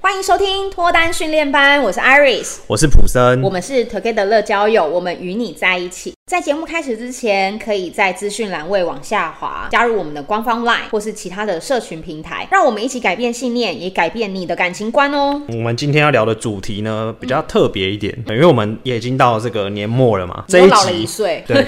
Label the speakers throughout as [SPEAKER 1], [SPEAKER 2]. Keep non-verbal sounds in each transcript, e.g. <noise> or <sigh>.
[SPEAKER 1] 欢迎收听脱单训练班，我是 Iris，
[SPEAKER 2] 我是普森
[SPEAKER 1] 我。们是 Together 乐交友，我们与你在一起。在节目开始之前，可以在资讯栏位往下滑，加入我们的官方 LINE 或是其他的社群平台，让我们一起改变信念，也改变你的感情观哦。
[SPEAKER 2] 我们今天要聊的主题呢比较特别一点，因为我们也已经到这个年末了嘛。这
[SPEAKER 1] 我
[SPEAKER 2] 一
[SPEAKER 1] 嗯老了一
[SPEAKER 2] 集，
[SPEAKER 1] 岁， <laughs>
[SPEAKER 2] 对，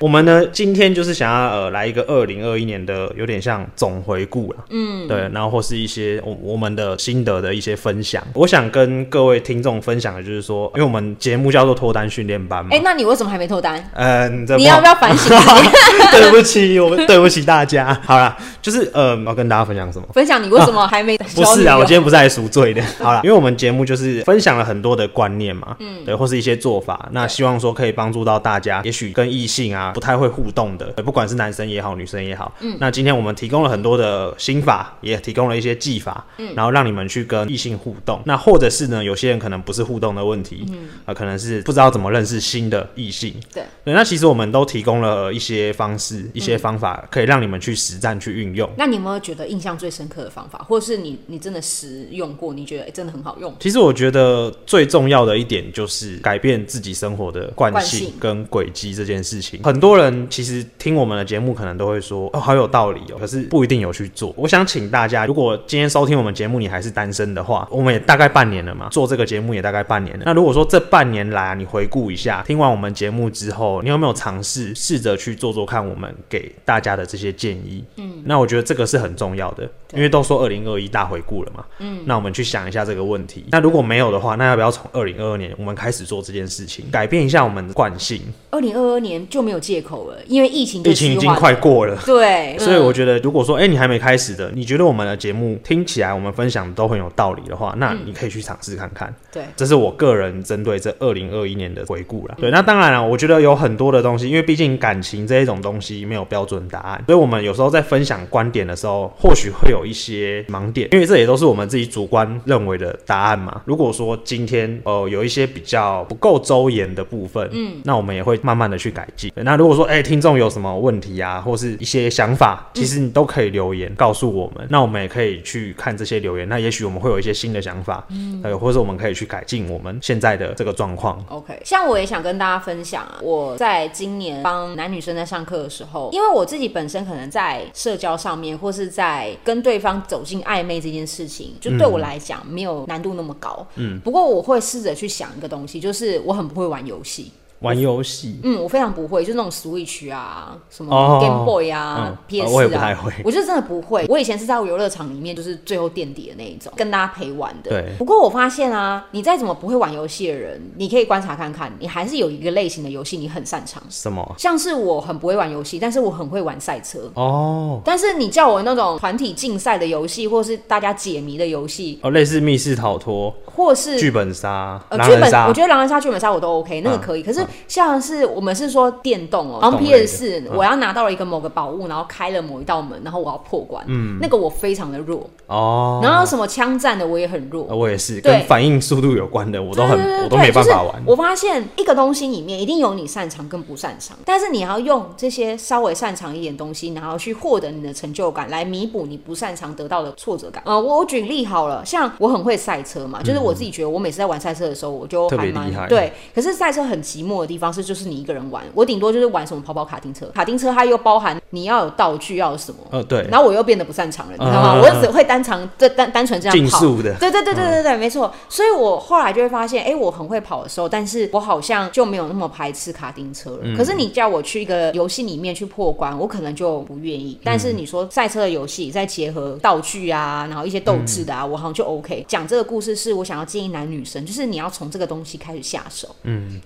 [SPEAKER 2] 我们呢今天就是想要呃来一个二零二一年的有点像总回顾了，嗯，对，然后或是一些我我们的心得的一些分享。我想跟各位听众分享的就是说，因为我们节目叫做脱单训练班嘛
[SPEAKER 1] 哎、，那你为什么还没脱单？
[SPEAKER 2] 嗯，这
[SPEAKER 1] 你
[SPEAKER 2] 不好
[SPEAKER 1] 要不要反省自己？
[SPEAKER 2] <laughs> 对不起，我对不起大家。好啦，就是呃，我要跟大家分享什么？
[SPEAKER 1] 分享你为什么还没
[SPEAKER 2] <laughs> 不
[SPEAKER 1] 交女
[SPEAKER 2] 是啊，
[SPEAKER 1] 友
[SPEAKER 2] 我今天不是来赎 <laughs> 罪的。好啦，因为我们节目就是分享了很多的观念嘛，嗯，对，或是一些做法，那希望说可以帮助到大家，也许跟异性啊不太会互动的，对不管是男生也好，女生也好，嗯，那今天我们提供了很多的心法，也提供了一些技法，嗯，然后让你们去跟异性互动。那或者是呢，有些人可能不是互动的问题，嗯，啊、可能是不知道怎么认识新的异性，
[SPEAKER 1] 对，
[SPEAKER 2] 对，那其实我们都提供了一些方式、一些方法，可以让你们去实战去运用。
[SPEAKER 1] 那你有没有觉得印象最深刻的方法，或者是你你真的实用过，你觉得、诶哎真的很好用？
[SPEAKER 2] 其实我觉得最重要的一点就是改变自己生活的惯
[SPEAKER 1] 惯性
[SPEAKER 2] 性跟轨迹这件事情。很多人其实听我们的节目，可能都会说哦，好有道理哦，可是不一定有去做。我想请大家，如果今天收听我们节目你还是单身的话，我们也大概半年了嘛，做这个节目也大概半年了。那如果说这半年来、啊、你回顾一下，听完我们节目之后，你有没有尝试试着去做做看我们给大家的这些建议？嗯，那我觉得这个是很重要的，因为都说二零二一大回顾了嘛，那我们去想一下这个问题。那如果没有的话，那要不要从二零二二年我们开始做这件事情，改变一下我们的惯性？
[SPEAKER 1] 二零二二年就没有借口了，因为疫情就
[SPEAKER 2] 疫情已
[SPEAKER 1] 趋
[SPEAKER 2] 经
[SPEAKER 1] 缓
[SPEAKER 2] 快
[SPEAKER 1] 了
[SPEAKER 2] 过了。
[SPEAKER 1] 对，
[SPEAKER 2] 所以我
[SPEAKER 1] 嗯
[SPEAKER 2] 觉得，如果说，哎、你还没开始的，你觉得我们的节目听起来，我们分享都很有道理的话，那
[SPEAKER 1] 嗯
[SPEAKER 2] 你可以去尝试看看。
[SPEAKER 1] 对
[SPEAKER 2] 这是我个人针对这二零二一年的回顾啦。对，那当然了，我觉得有很多的东西，因为毕竟感情这一种东西没有标准答案，所以我们有时候在分享观点的时候，或许会有一些盲点，因为这也都是我们自己主观认为的答案嘛。如果说今天呃有一些比较不够周延的部分，嗯，那我们也会慢慢的去改进。对那如果说哎、听众有什么问题啊，或是一些想法，其实你都可以留
[SPEAKER 1] 嗯
[SPEAKER 2] 言告诉我们，那我们也可以去看这些留言，那也许我们会有一些新的想法，嗯，呃，或者我们可以去改进我们现在的这个状况。
[SPEAKER 1] OK，像我也想跟大家分享啊，我在今年帮男女生在上课的时候，因为我自己本身可能在社交上面，或是在跟对方走进暧昧这件事情，就对我来讲没有难度那么高。嗯，不过我会试着去想一个东西，就是我很不会玩游戏。
[SPEAKER 2] 玩游戏，
[SPEAKER 1] 嗯，我非常不会，就那种 Switch 啊，什么
[SPEAKER 2] 哦
[SPEAKER 1] Game Boy 啊、
[SPEAKER 2] 嗯
[SPEAKER 1] PS 啊，
[SPEAKER 2] 我也不太会
[SPEAKER 1] 我就真的不会。我以前是在游乐场里面，就是最后垫底的那一种，跟大家陪玩的。
[SPEAKER 2] 对
[SPEAKER 1] 不过我发现啊，你再怎么不会玩游戏的人，你可以观察看看，你还是有一个类型的游戏你很擅长。
[SPEAKER 2] 什么？
[SPEAKER 1] 像是我很不会玩游戏，但是我很会玩赛车。
[SPEAKER 2] 哦
[SPEAKER 1] 但是你叫我那种团体竞赛的游戏，或是大家解谜的游戏，
[SPEAKER 2] 哦，类似密室逃脱、
[SPEAKER 1] 或是
[SPEAKER 2] 剧本杀、
[SPEAKER 1] 呃，
[SPEAKER 2] 狼
[SPEAKER 1] 剧
[SPEAKER 2] 人
[SPEAKER 1] 本
[SPEAKER 2] 杀
[SPEAKER 1] 我觉，得狼人杀、剧本杀我都 OK，那个
[SPEAKER 2] 嗯
[SPEAKER 1] 可以。可是像是我们是说电动哦，然后
[SPEAKER 2] 动类的嗯
[SPEAKER 1] PS 四，我要拿到了一个某个宝物，然后开了某一道门，然后我要破关，那个我非常的弱。
[SPEAKER 2] 嗯哦，
[SPEAKER 1] 然后什么枪战的我也很弱
[SPEAKER 2] 呃，我也是
[SPEAKER 1] 对
[SPEAKER 2] 跟反应速度有关的，我都很
[SPEAKER 1] 对对对
[SPEAKER 2] 我都没办法
[SPEAKER 1] 就
[SPEAKER 2] 玩
[SPEAKER 1] 是、。我发现一个东西里面一定有你擅长跟不擅长，但是你要用这些稍微擅长一点东西，然后去获得你的成就感，来弥补你不擅长得到的挫折感。呃，我我举例好了，像我很会赛车嘛，就是我自己觉得我每次在玩赛车的时候，我就
[SPEAKER 2] 特
[SPEAKER 1] 还
[SPEAKER 2] 别
[SPEAKER 1] 蛮
[SPEAKER 2] 厉害
[SPEAKER 1] 对。可是赛车很寂寞的地方是，就是你一个人玩，我顶多就是玩什么跑跑卡丁车，卡丁车它又包含你要有道具，要有什么。
[SPEAKER 2] 呃，对，
[SPEAKER 1] 然后我又变得不擅长了，你知道吗？
[SPEAKER 2] 嗯嗯嗯
[SPEAKER 1] 我只会单长这单单纯这样
[SPEAKER 2] 竞
[SPEAKER 1] 跑，
[SPEAKER 2] 速的
[SPEAKER 1] 对对对对对对，没错。所以我后来就会发现，哎、我很会跑的时候，但是我好像就没有那么排斥卡丁车了。可是你叫我去一个游戏里面去破关，我可能就不愿意。但是你说赛车的游戏再结合道具啊，然后一些斗志的啊，我好像就 OK。讲这个故事是我想要建议男女生，就是你要从这个东西开始下手。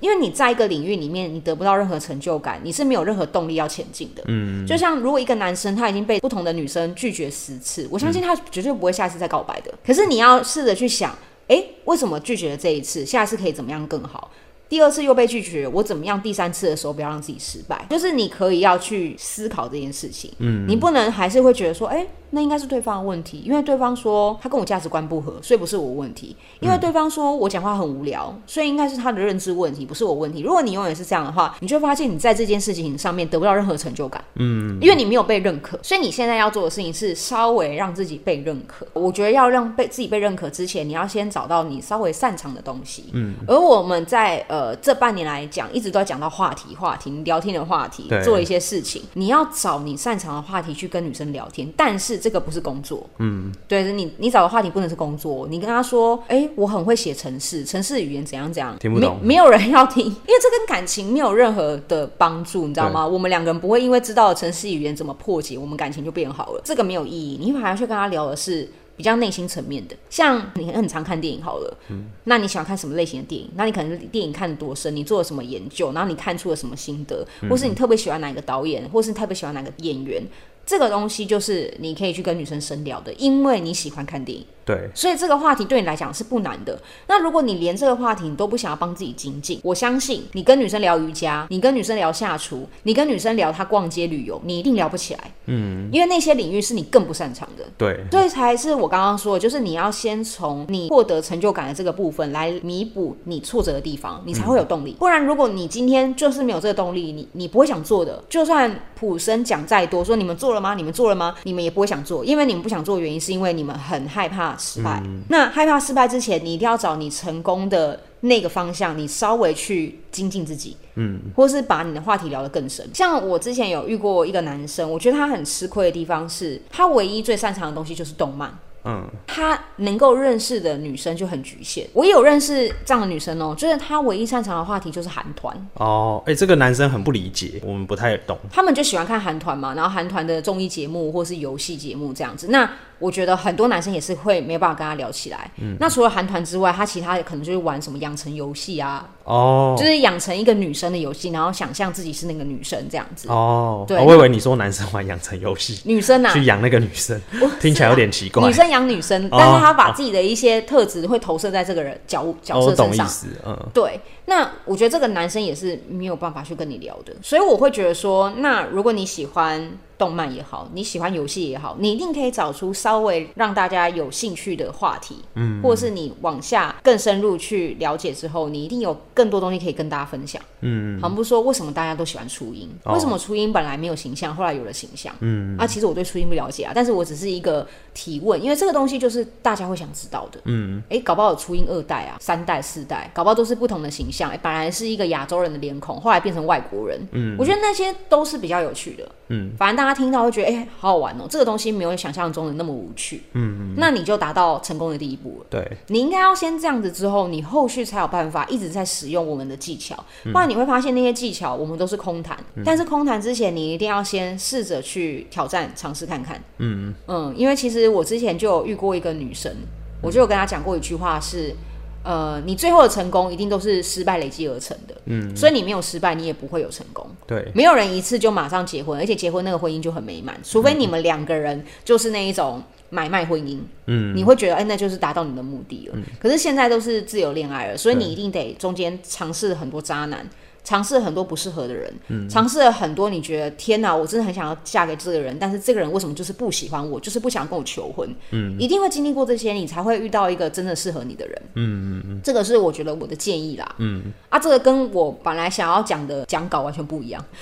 [SPEAKER 1] 因为你在一个领域里面，你得不到任何成就感，你是没有任何动力要前进的。嗯，就像如果一个男生他已经被不同的女生拒绝十次，我相信他绝对不会下一次再告白的。可是你要试着去想，诶，为什么拒绝了这一次？下一次可以怎么样更好？第二次又被拒绝，我怎么样？第三次的时候不要让自己失败，就是你可以要去思考这件事情。嗯，你不能还是会觉得说，哎、那应该是对方的问题，因为对方说他跟我价值观不合，所以不是我问题；因为对方说我讲话很无聊，所以应该是他的认知问题，不是我问题。如果你永远是这样的话，你就会发现你在这件事情上面得不到任何成就感。因为你没有被认可，所以你现在要做的事情是稍微让自己被认可。我觉得要让被自己被认可之前，你要先找到你稍微擅长的东西。嗯，而我们在呃这半年来讲，一直都在讲到话题、话题、你聊天的话题
[SPEAKER 2] 对，
[SPEAKER 1] 做一些事情。你要找你擅长的话题去跟女生聊天，但是这个不是工作。嗯，对，你你找的话题不能是工作。你跟她说，哎、我很会写程式，程式语言怎样怎样，
[SPEAKER 2] 听不懂
[SPEAKER 1] 没没有人要听，因为这跟感情没有任何的帮助，你知道吗？我们两个人不会因为知道了城市语言怎么破解，我们感情就变好了，这个没有意义。你反而去跟他聊的是。比较内心层面的，像你很常看电影好了，
[SPEAKER 2] 嗯
[SPEAKER 1] 那你喜欢看什么类型的电影？那你可能电影看得多深，你做了什么研究，然后你看出了什么心得，
[SPEAKER 2] 嗯
[SPEAKER 1] 或是你特别喜欢哪个导演，或是你特别喜欢哪个演员，这个东西就是你可以去跟女生深聊的，因为你喜欢看电影。
[SPEAKER 2] 对，
[SPEAKER 1] 所以这个话题对你来讲是不难的。那如果你连这个话题你都不想要帮自己精进，我相信你跟女生聊瑜伽，你跟女生聊下厨，你跟女生聊她逛街旅游，你一定聊不起来。嗯，因为那些领域是你更不擅长的。
[SPEAKER 2] 对，
[SPEAKER 1] 所以才是我刚刚说的，就是你要先从你获得成就感的这个部分来弥补你挫折的地方，你才会有动力。不然，如果你今天就是没有这个动力，你你不会想做的。就算普生讲再多，说你们做了吗？你们做了吗？你们也不会想做，因为你们不想做的原因是因为你们很害怕失败。那害怕失败之前，你一定要找你成功的。那个方向，你稍微去精进自己，嗯，或是把你的话题聊得更深。像我之前有遇过一个男生，我觉得他很吃亏的地方是，他唯一最擅长的东西就是动漫。
[SPEAKER 2] 嗯，
[SPEAKER 1] 他能够认识的女生就很局限。我也有认识这样的女生哦、就是他唯一擅长的话题就是韩团，
[SPEAKER 2] 哦，哎、这个男生很不理解，我们不太懂。
[SPEAKER 1] 他们就喜欢看韩团嘛，然后韩团的综艺节目或是游戏节目这样子。那我觉得很多男生也是会没有办法跟他聊起来。
[SPEAKER 2] 嗯
[SPEAKER 1] 那除了韩团之外，他其他可能就是玩什么养成游戏啊，
[SPEAKER 2] 哦
[SPEAKER 1] 就是养成一个女生的游戏，然后想象自己是那个女生这样子。
[SPEAKER 2] 哦，
[SPEAKER 1] 对
[SPEAKER 2] 哦我以为你说男生玩养成游戏，
[SPEAKER 1] 女生啊，
[SPEAKER 2] 去养那个女生，听起来有点奇怪。
[SPEAKER 1] 女生养女生，但是她把自己的一些特质会投射在这个人角角
[SPEAKER 2] 哦，我
[SPEAKER 1] 色
[SPEAKER 2] 懂
[SPEAKER 1] 身
[SPEAKER 2] 意
[SPEAKER 1] 上。
[SPEAKER 2] 思，嗯，
[SPEAKER 1] 对，那我觉得这个男生也是没有办法去跟你聊的，所以我会觉得说，那如果你喜欢动漫也好，你喜欢游戏也好，你一定可以找出稍微让大家有兴趣的话题，嗯，或者是你往下更深入去了解之后，你一定有更多东西可以跟大家分享，嗯，好像不是说为什么大家都喜欢初音，
[SPEAKER 2] 哦
[SPEAKER 1] 为什么初音本来没有形象，后来有了形象，嗯，啊，其实我对初音不了解啊，但是我只是一个提问，因为这个东西就是大家会想知道的，哎，搞不好有初音二代啊、三代、四代，搞不好都是不同的形象。哎，本来是一个亚洲人的脸孔，后来变成外国人。嗯，我觉得那些都是比较有趣的。嗯，反正大家听到会觉得，哎，好好玩哦，这个东西没有想象中的那么无趣。嗯，那你就达到成功的第一步了。
[SPEAKER 2] 对，
[SPEAKER 1] 你应该要先这样子，之后你后续才有办法一直在使用我们的技巧，不然你会发现那些技巧我们都是空谈。但是空谈之前，你一定要先试着去挑战、尝试看看。嗯嗯，因为其实我之前就有遇过一个女生，我就有跟她讲过一句话是。呃，你最后的成功一定都是失败累积而成的，嗯，所以你没有失败，你也不会有成功。
[SPEAKER 2] 对，
[SPEAKER 1] 没有人一次就马上结婚，而且结婚那个婚姻就很美满，除非你们两个人就是那一种买卖婚姻，嗯，你会觉得哎、那就是达到你的目的了。可是现在都是自由恋爱了，所以你一定得中间尝试很多渣男。尝试很多不适合的人，尝试了很多你觉得天哪，我真的很想要嫁给这个人，但是这个人为什么就是不喜欢我，就是不想跟我求婚？嗯，一定会经历过这些，你才会遇到一个真的适合你的人。嗯嗯嗯，这个是我觉得我的建议啦。嗯啊，这个跟我本来想要讲的讲稿完全不一
[SPEAKER 2] <laughs>
[SPEAKER 1] 样。 <laughs>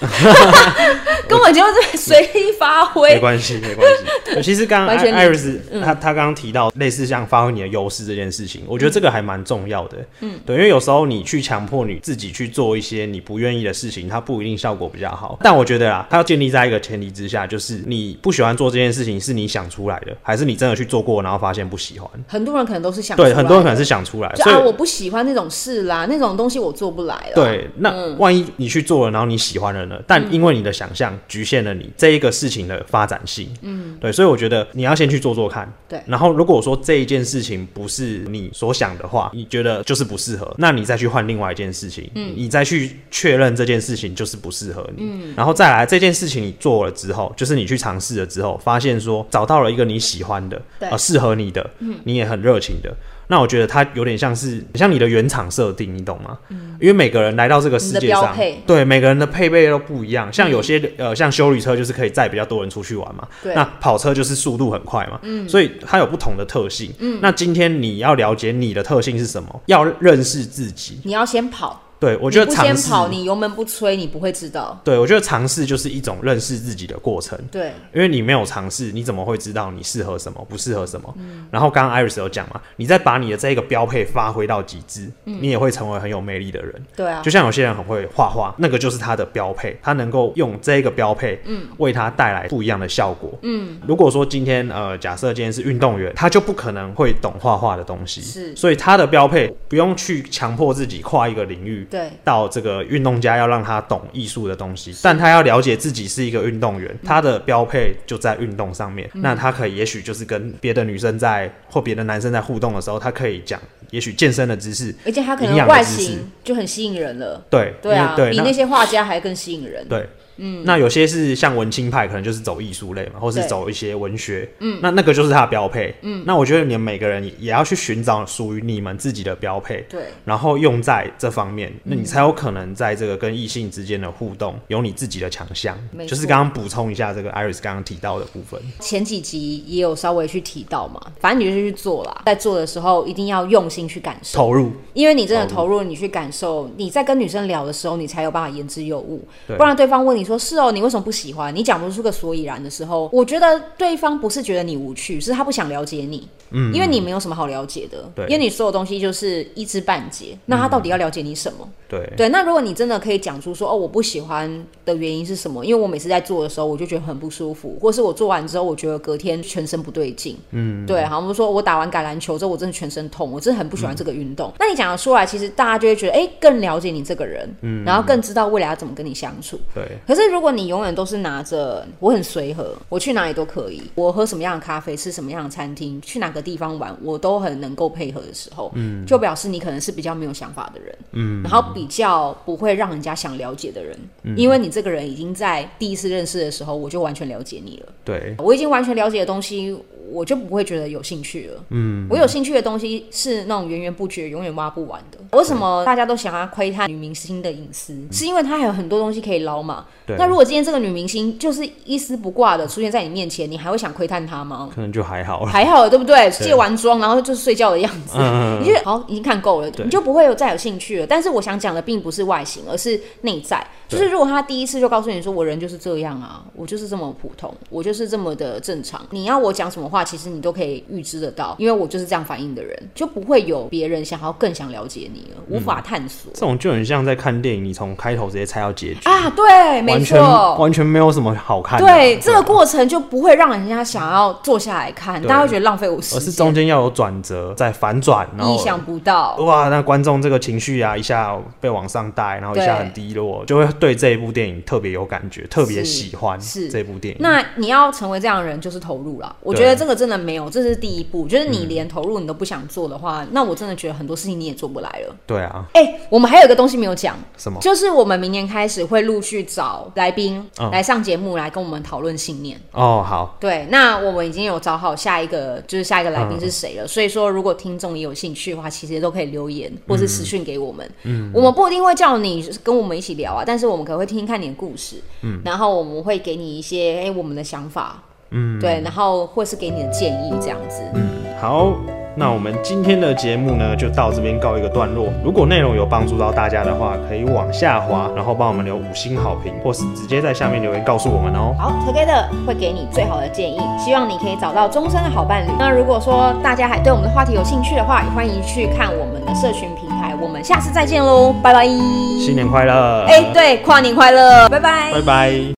[SPEAKER 1] 根本就是随意发
[SPEAKER 2] 没
[SPEAKER 1] 挥。
[SPEAKER 2] 关系，没关
[SPEAKER 1] <laughs>
[SPEAKER 2] 系。其实刚刚
[SPEAKER 1] 完全理嗯
[SPEAKER 2] 艾瑞斯他他刚刚提到类似像发挥你的优势这件事情，
[SPEAKER 1] 嗯
[SPEAKER 2] 我觉得这个还蛮重要的。嗯，对，因为有时候你去强迫你自己去做一些你不愿意的事情，它不一定效果比较好。但我觉得啊，它要建立在一个前提之下，就是你不喜欢做这件事情是你想出来的，还是你真的去做过然后发现不喜欢？
[SPEAKER 1] 很多人可能都是想
[SPEAKER 2] 对，
[SPEAKER 1] 出来
[SPEAKER 2] 很多人可能是想出来，
[SPEAKER 1] 就
[SPEAKER 2] 所以
[SPEAKER 1] 啊，我不喜欢那种事啦，那种东西我做不来了。，嗯
[SPEAKER 2] 对，那万一你去做了，然后你喜欢了呢？但因为你的想象局限了你这一个事情的发展性，嗯，对，所以我觉得你要先去做做看，
[SPEAKER 1] 对
[SPEAKER 2] 然后如果说这一件事情不是你所想的话，你觉得就是不适合，那你再去换另外一件事情，嗯，你再去去确认这件事情就是不适合你，
[SPEAKER 1] 嗯
[SPEAKER 2] 然后再来这件事情你做了之后，就是你去尝试了之后，发现说找到了一个你喜欢的，
[SPEAKER 1] 对嗯
[SPEAKER 2] 呃，适合你的，你也很热情的。那我觉得它有点像是很像你的原厂设定，你懂吗？因为每个人来到这个
[SPEAKER 1] 嗯你
[SPEAKER 2] 世
[SPEAKER 1] 的
[SPEAKER 2] 界
[SPEAKER 1] 标
[SPEAKER 2] 上
[SPEAKER 1] 配，嗯
[SPEAKER 2] 对每个人的配备都不一样。像有些、呃，像修理车就是可以载比较多人出去玩嘛，
[SPEAKER 1] 对嗯
[SPEAKER 2] 那跑车就是速度很快嘛，所以它有不同的特性。那今天你要了解你的特性是什么，要认识自己。
[SPEAKER 1] 你要先跑，
[SPEAKER 2] 对我觉得
[SPEAKER 1] 你不
[SPEAKER 2] 尝
[SPEAKER 1] 先
[SPEAKER 2] 试，
[SPEAKER 1] 跑，你油门不吹，你不会知道。
[SPEAKER 2] 对我觉得尝试就是一种认识自己的过程。
[SPEAKER 1] 对，
[SPEAKER 2] 因为你没有尝试，你怎么会知道你适合什么，不适合什么？然后刚刚 Iris 有讲嘛，你再把你的这一个标配发挥到极致，你也会成为很有魅力的人。
[SPEAKER 1] 对啊
[SPEAKER 2] 就，像有些人很会画画，那个就是他的标配，他能够用这个标配，嗯，为他带来不一样的效果。嗯，如果说今天呃，假设今天是运动员，他就不可能会懂画画的东西，
[SPEAKER 1] 是
[SPEAKER 2] 所以他的标配不用去强迫自己跨一个领域。
[SPEAKER 1] 对，
[SPEAKER 2] 到这个运动家要让他懂艺术的东西，但他要了解自己是一个运动
[SPEAKER 1] 嗯
[SPEAKER 2] 员，他的标配就在运动上面。那他可以也许就是跟别的女生在或别的男生在互动的时候，他可以讲也许健身的知识，
[SPEAKER 1] 而且他可
[SPEAKER 2] 营
[SPEAKER 1] 能
[SPEAKER 2] 养的
[SPEAKER 1] 外
[SPEAKER 2] 知识
[SPEAKER 1] 形就很吸引人了。
[SPEAKER 2] 对
[SPEAKER 1] 对啊，
[SPEAKER 2] 因为
[SPEAKER 1] 比
[SPEAKER 2] 对
[SPEAKER 1] 那些画家还更吸引人。
[SPEAKER 2] 对，嗯，那有些是像文青派，可能就是走艺术类嘛，或是
[SPEAKER 1] 对
[SPEAKER 2] 走一些文学，嗯，那那个就是他的标配，嗯，那我觉得你们每个人也要去寻找属于你们自己的标配，
[SPEAKER 1] 对，
[SPEAKER 2] 然后用在这方面，
[SPEAKER 1] 嗯
[SPEAKER 2] 那你才有可能在这个跟异性之间的互动有你自己的强项
[SPEAKER 1] 没，错
[SPEAKER 2] 就是刚刚补充一下这个 Iris 刚刚提到的部分，
[SPEAKER 1] 前几集也有稍微去提到嘛，反正你就是去做啦，在做的时候一定要用心去感受，
[SPEAKER 2] 投入，
[SPEAKER 1] 因为你真的投入，你去感受，你在跟女生聊的时候，你才有办法言之有物。
[SPEAKER 2] 对
[SPEAKER 1] 不然对方问你说是哦，你为什么不喜欢？你讲不出个所以然的时候，我觉得对方不是觉得你无趣，是他不想了解你，嗯，因为你没有什么好了解的，
[SPEAKER 2] 对嗯
[SPEAKER 1] 因为你所有东西就是一知半解，那他到底要了解你什么？
[SPEAKER 2] 对，
[SPEAKER 1] 对，那如果你真的可以讲出说哦，我不喜欢的原因是什么？因为我每次在做的时候，我就觉得很不舒服，或是我做完之后，我觉得隔天全身不对劲。嗯，对，好，我们说我打完橄榄球之后，我真的全身痛，我真的很不喜欢这个运动。那你讲得出来，其实大家就会觉得，哎、更了解你这个人，嗯，然后更知道未来要怎么跟你相处。
[SPEAKER 2] 对，
[SPEAKER 1] 可是如果你永远都是拿着我很随和，我去哪里都可以，我喝什么样的咖啡，吃什么样的餐厅，去哪个地方玩，我都很能够配合的时候，嗯，就表示你可能是比较没有想法的人，嗯，然后比较不会让人家想了解的人，因为你这个人已经在第一次认识的时候，我就完全了解你了。
[SPEAKER 2] 对，
[SPEAKER 1] 我已经完全了解的东西，我就不会觉得有兴趣了。嗯，我有兴趣的东西是那种源源不绝、永远挖不完的。为什么大家都想要窥探女明星的隐私？是因为她还有很多东西可以捞嘛？
[SPEAKER 2] 对
[SPEAKER 1] 那如果今天这个女明星就是一丝不挂的出现在你面前，你还会想窥探她吗？
[SPEAKER 2] 可能就还好了，
[SPEAKER 1] 还好，对不对？卸完妆然后就是睡觉的样子，<laughs>
[SPEAKER 2] 嗯
[SPEAKER 1] 你就觉得好已经看够了，你就不会有再有兴趣了。但是我想讲的并不是外形，而是内在。就是如果他第一次就告诉你说我人就是这样啊，我就是这么普通，我就是这么的正常，你要我讲什么话，其实你都可以预知得到，因为我就是这样反应的人，就不会有别人想要更想了解你了，无
[SPEAKER 2] 嗯
[SPEAKER 1] 法探索、
[SPEAKER 2] 这种就很像在看电影，你从开头直接猜到结局，
[SPEAKER 1] 啊。对，没
[SPEAKER 2] 完
[SPEAKER 1] 错，
[SPEAKER 2] 全完全没有什么好看的啊，
[SPEAKER 1] 对，这个过程就不会让人家想要坐下来看，
[SPEAKER 2] 对
[SPEAKER 1] 大家会觉得浪费我
[SPEAKER 2] 而
[SPEAKER 1] 时
[SPEAKER 2] 是
[SPEAKER 1] 间
[SPEAKER 2] 中，间要有转折，再反转，然
[SPEAKER 1] 意
[SPEAKER 2] 后
[SPEAKER 1] 想不到。
[SPEAKER 2] 哇，那观众这个情绪啊，一下被往上带，然后一下
[SPEAKER 1] 对
[SPEAKER 2] 很低落，就会对这一部电影特别有感觉，特别
[SPEAKER 1] 是
[SPEAKER 2] 喜欢
[SPEAKER 1] 是
[SPEAKER 2] 这部电影。
[SPEAKER 1] 那你要成为这样的人，就是投入啦。我觉得这个真的没有，这是第一步。就是
[SPEAKER 2] 嗯
[SPEAKER 1] 你连投入你都不想做的话，那我真的觉得很多事情你也做不来了。
[SPEAKER 2] 对啊，
[SPEAKER 1] 哎、我们还有一个东西没有讲，
[SPEAKER 2] 什么？
[SPEAKER 1] 就是我们明年开始会陆续找来宾
[SPEAKER 2] 嗯
[SPEAKER 1] 来上节目，来跟我们讨论信念。
[SPEAKER 2] 哦，好，
[SPEAKER 1] 对，那我们已经有找好下一个，就是下一个来宾是谁了。所以说，如果听众也有兴趣的话，其实都可以留言或是私讯给我们。嗯，我们不一定会叫你跟我们一起聊啊，但是我们可能会听听看你的故事，嗯，然后我们会给你一些哎、我们的想法，嗯，对，然后或是给你的建议这样子。
[SPEAKER 2] 好，那我们今天的节目呢，就到这边告一个段落。如果内容有帮助到大家的话，可以往下滑，然后帮我们留五星好评，或是直接在下面留言告诉我们哦。
[SPEAKER 1] 好，Together 会给你最好的建议，希望你可以找到终身的好伴侣。那如果说大家还对我们的话题有兴趣的话，也欢迎去看我们的社群平台。我们下次再见喽，拜拜。
[SPEAKER 2] 新年快乐！
[SPEAKER 1] 哎哎、，对，跨年快乐，拜拜，
[SPEAKER 2] 拜拜。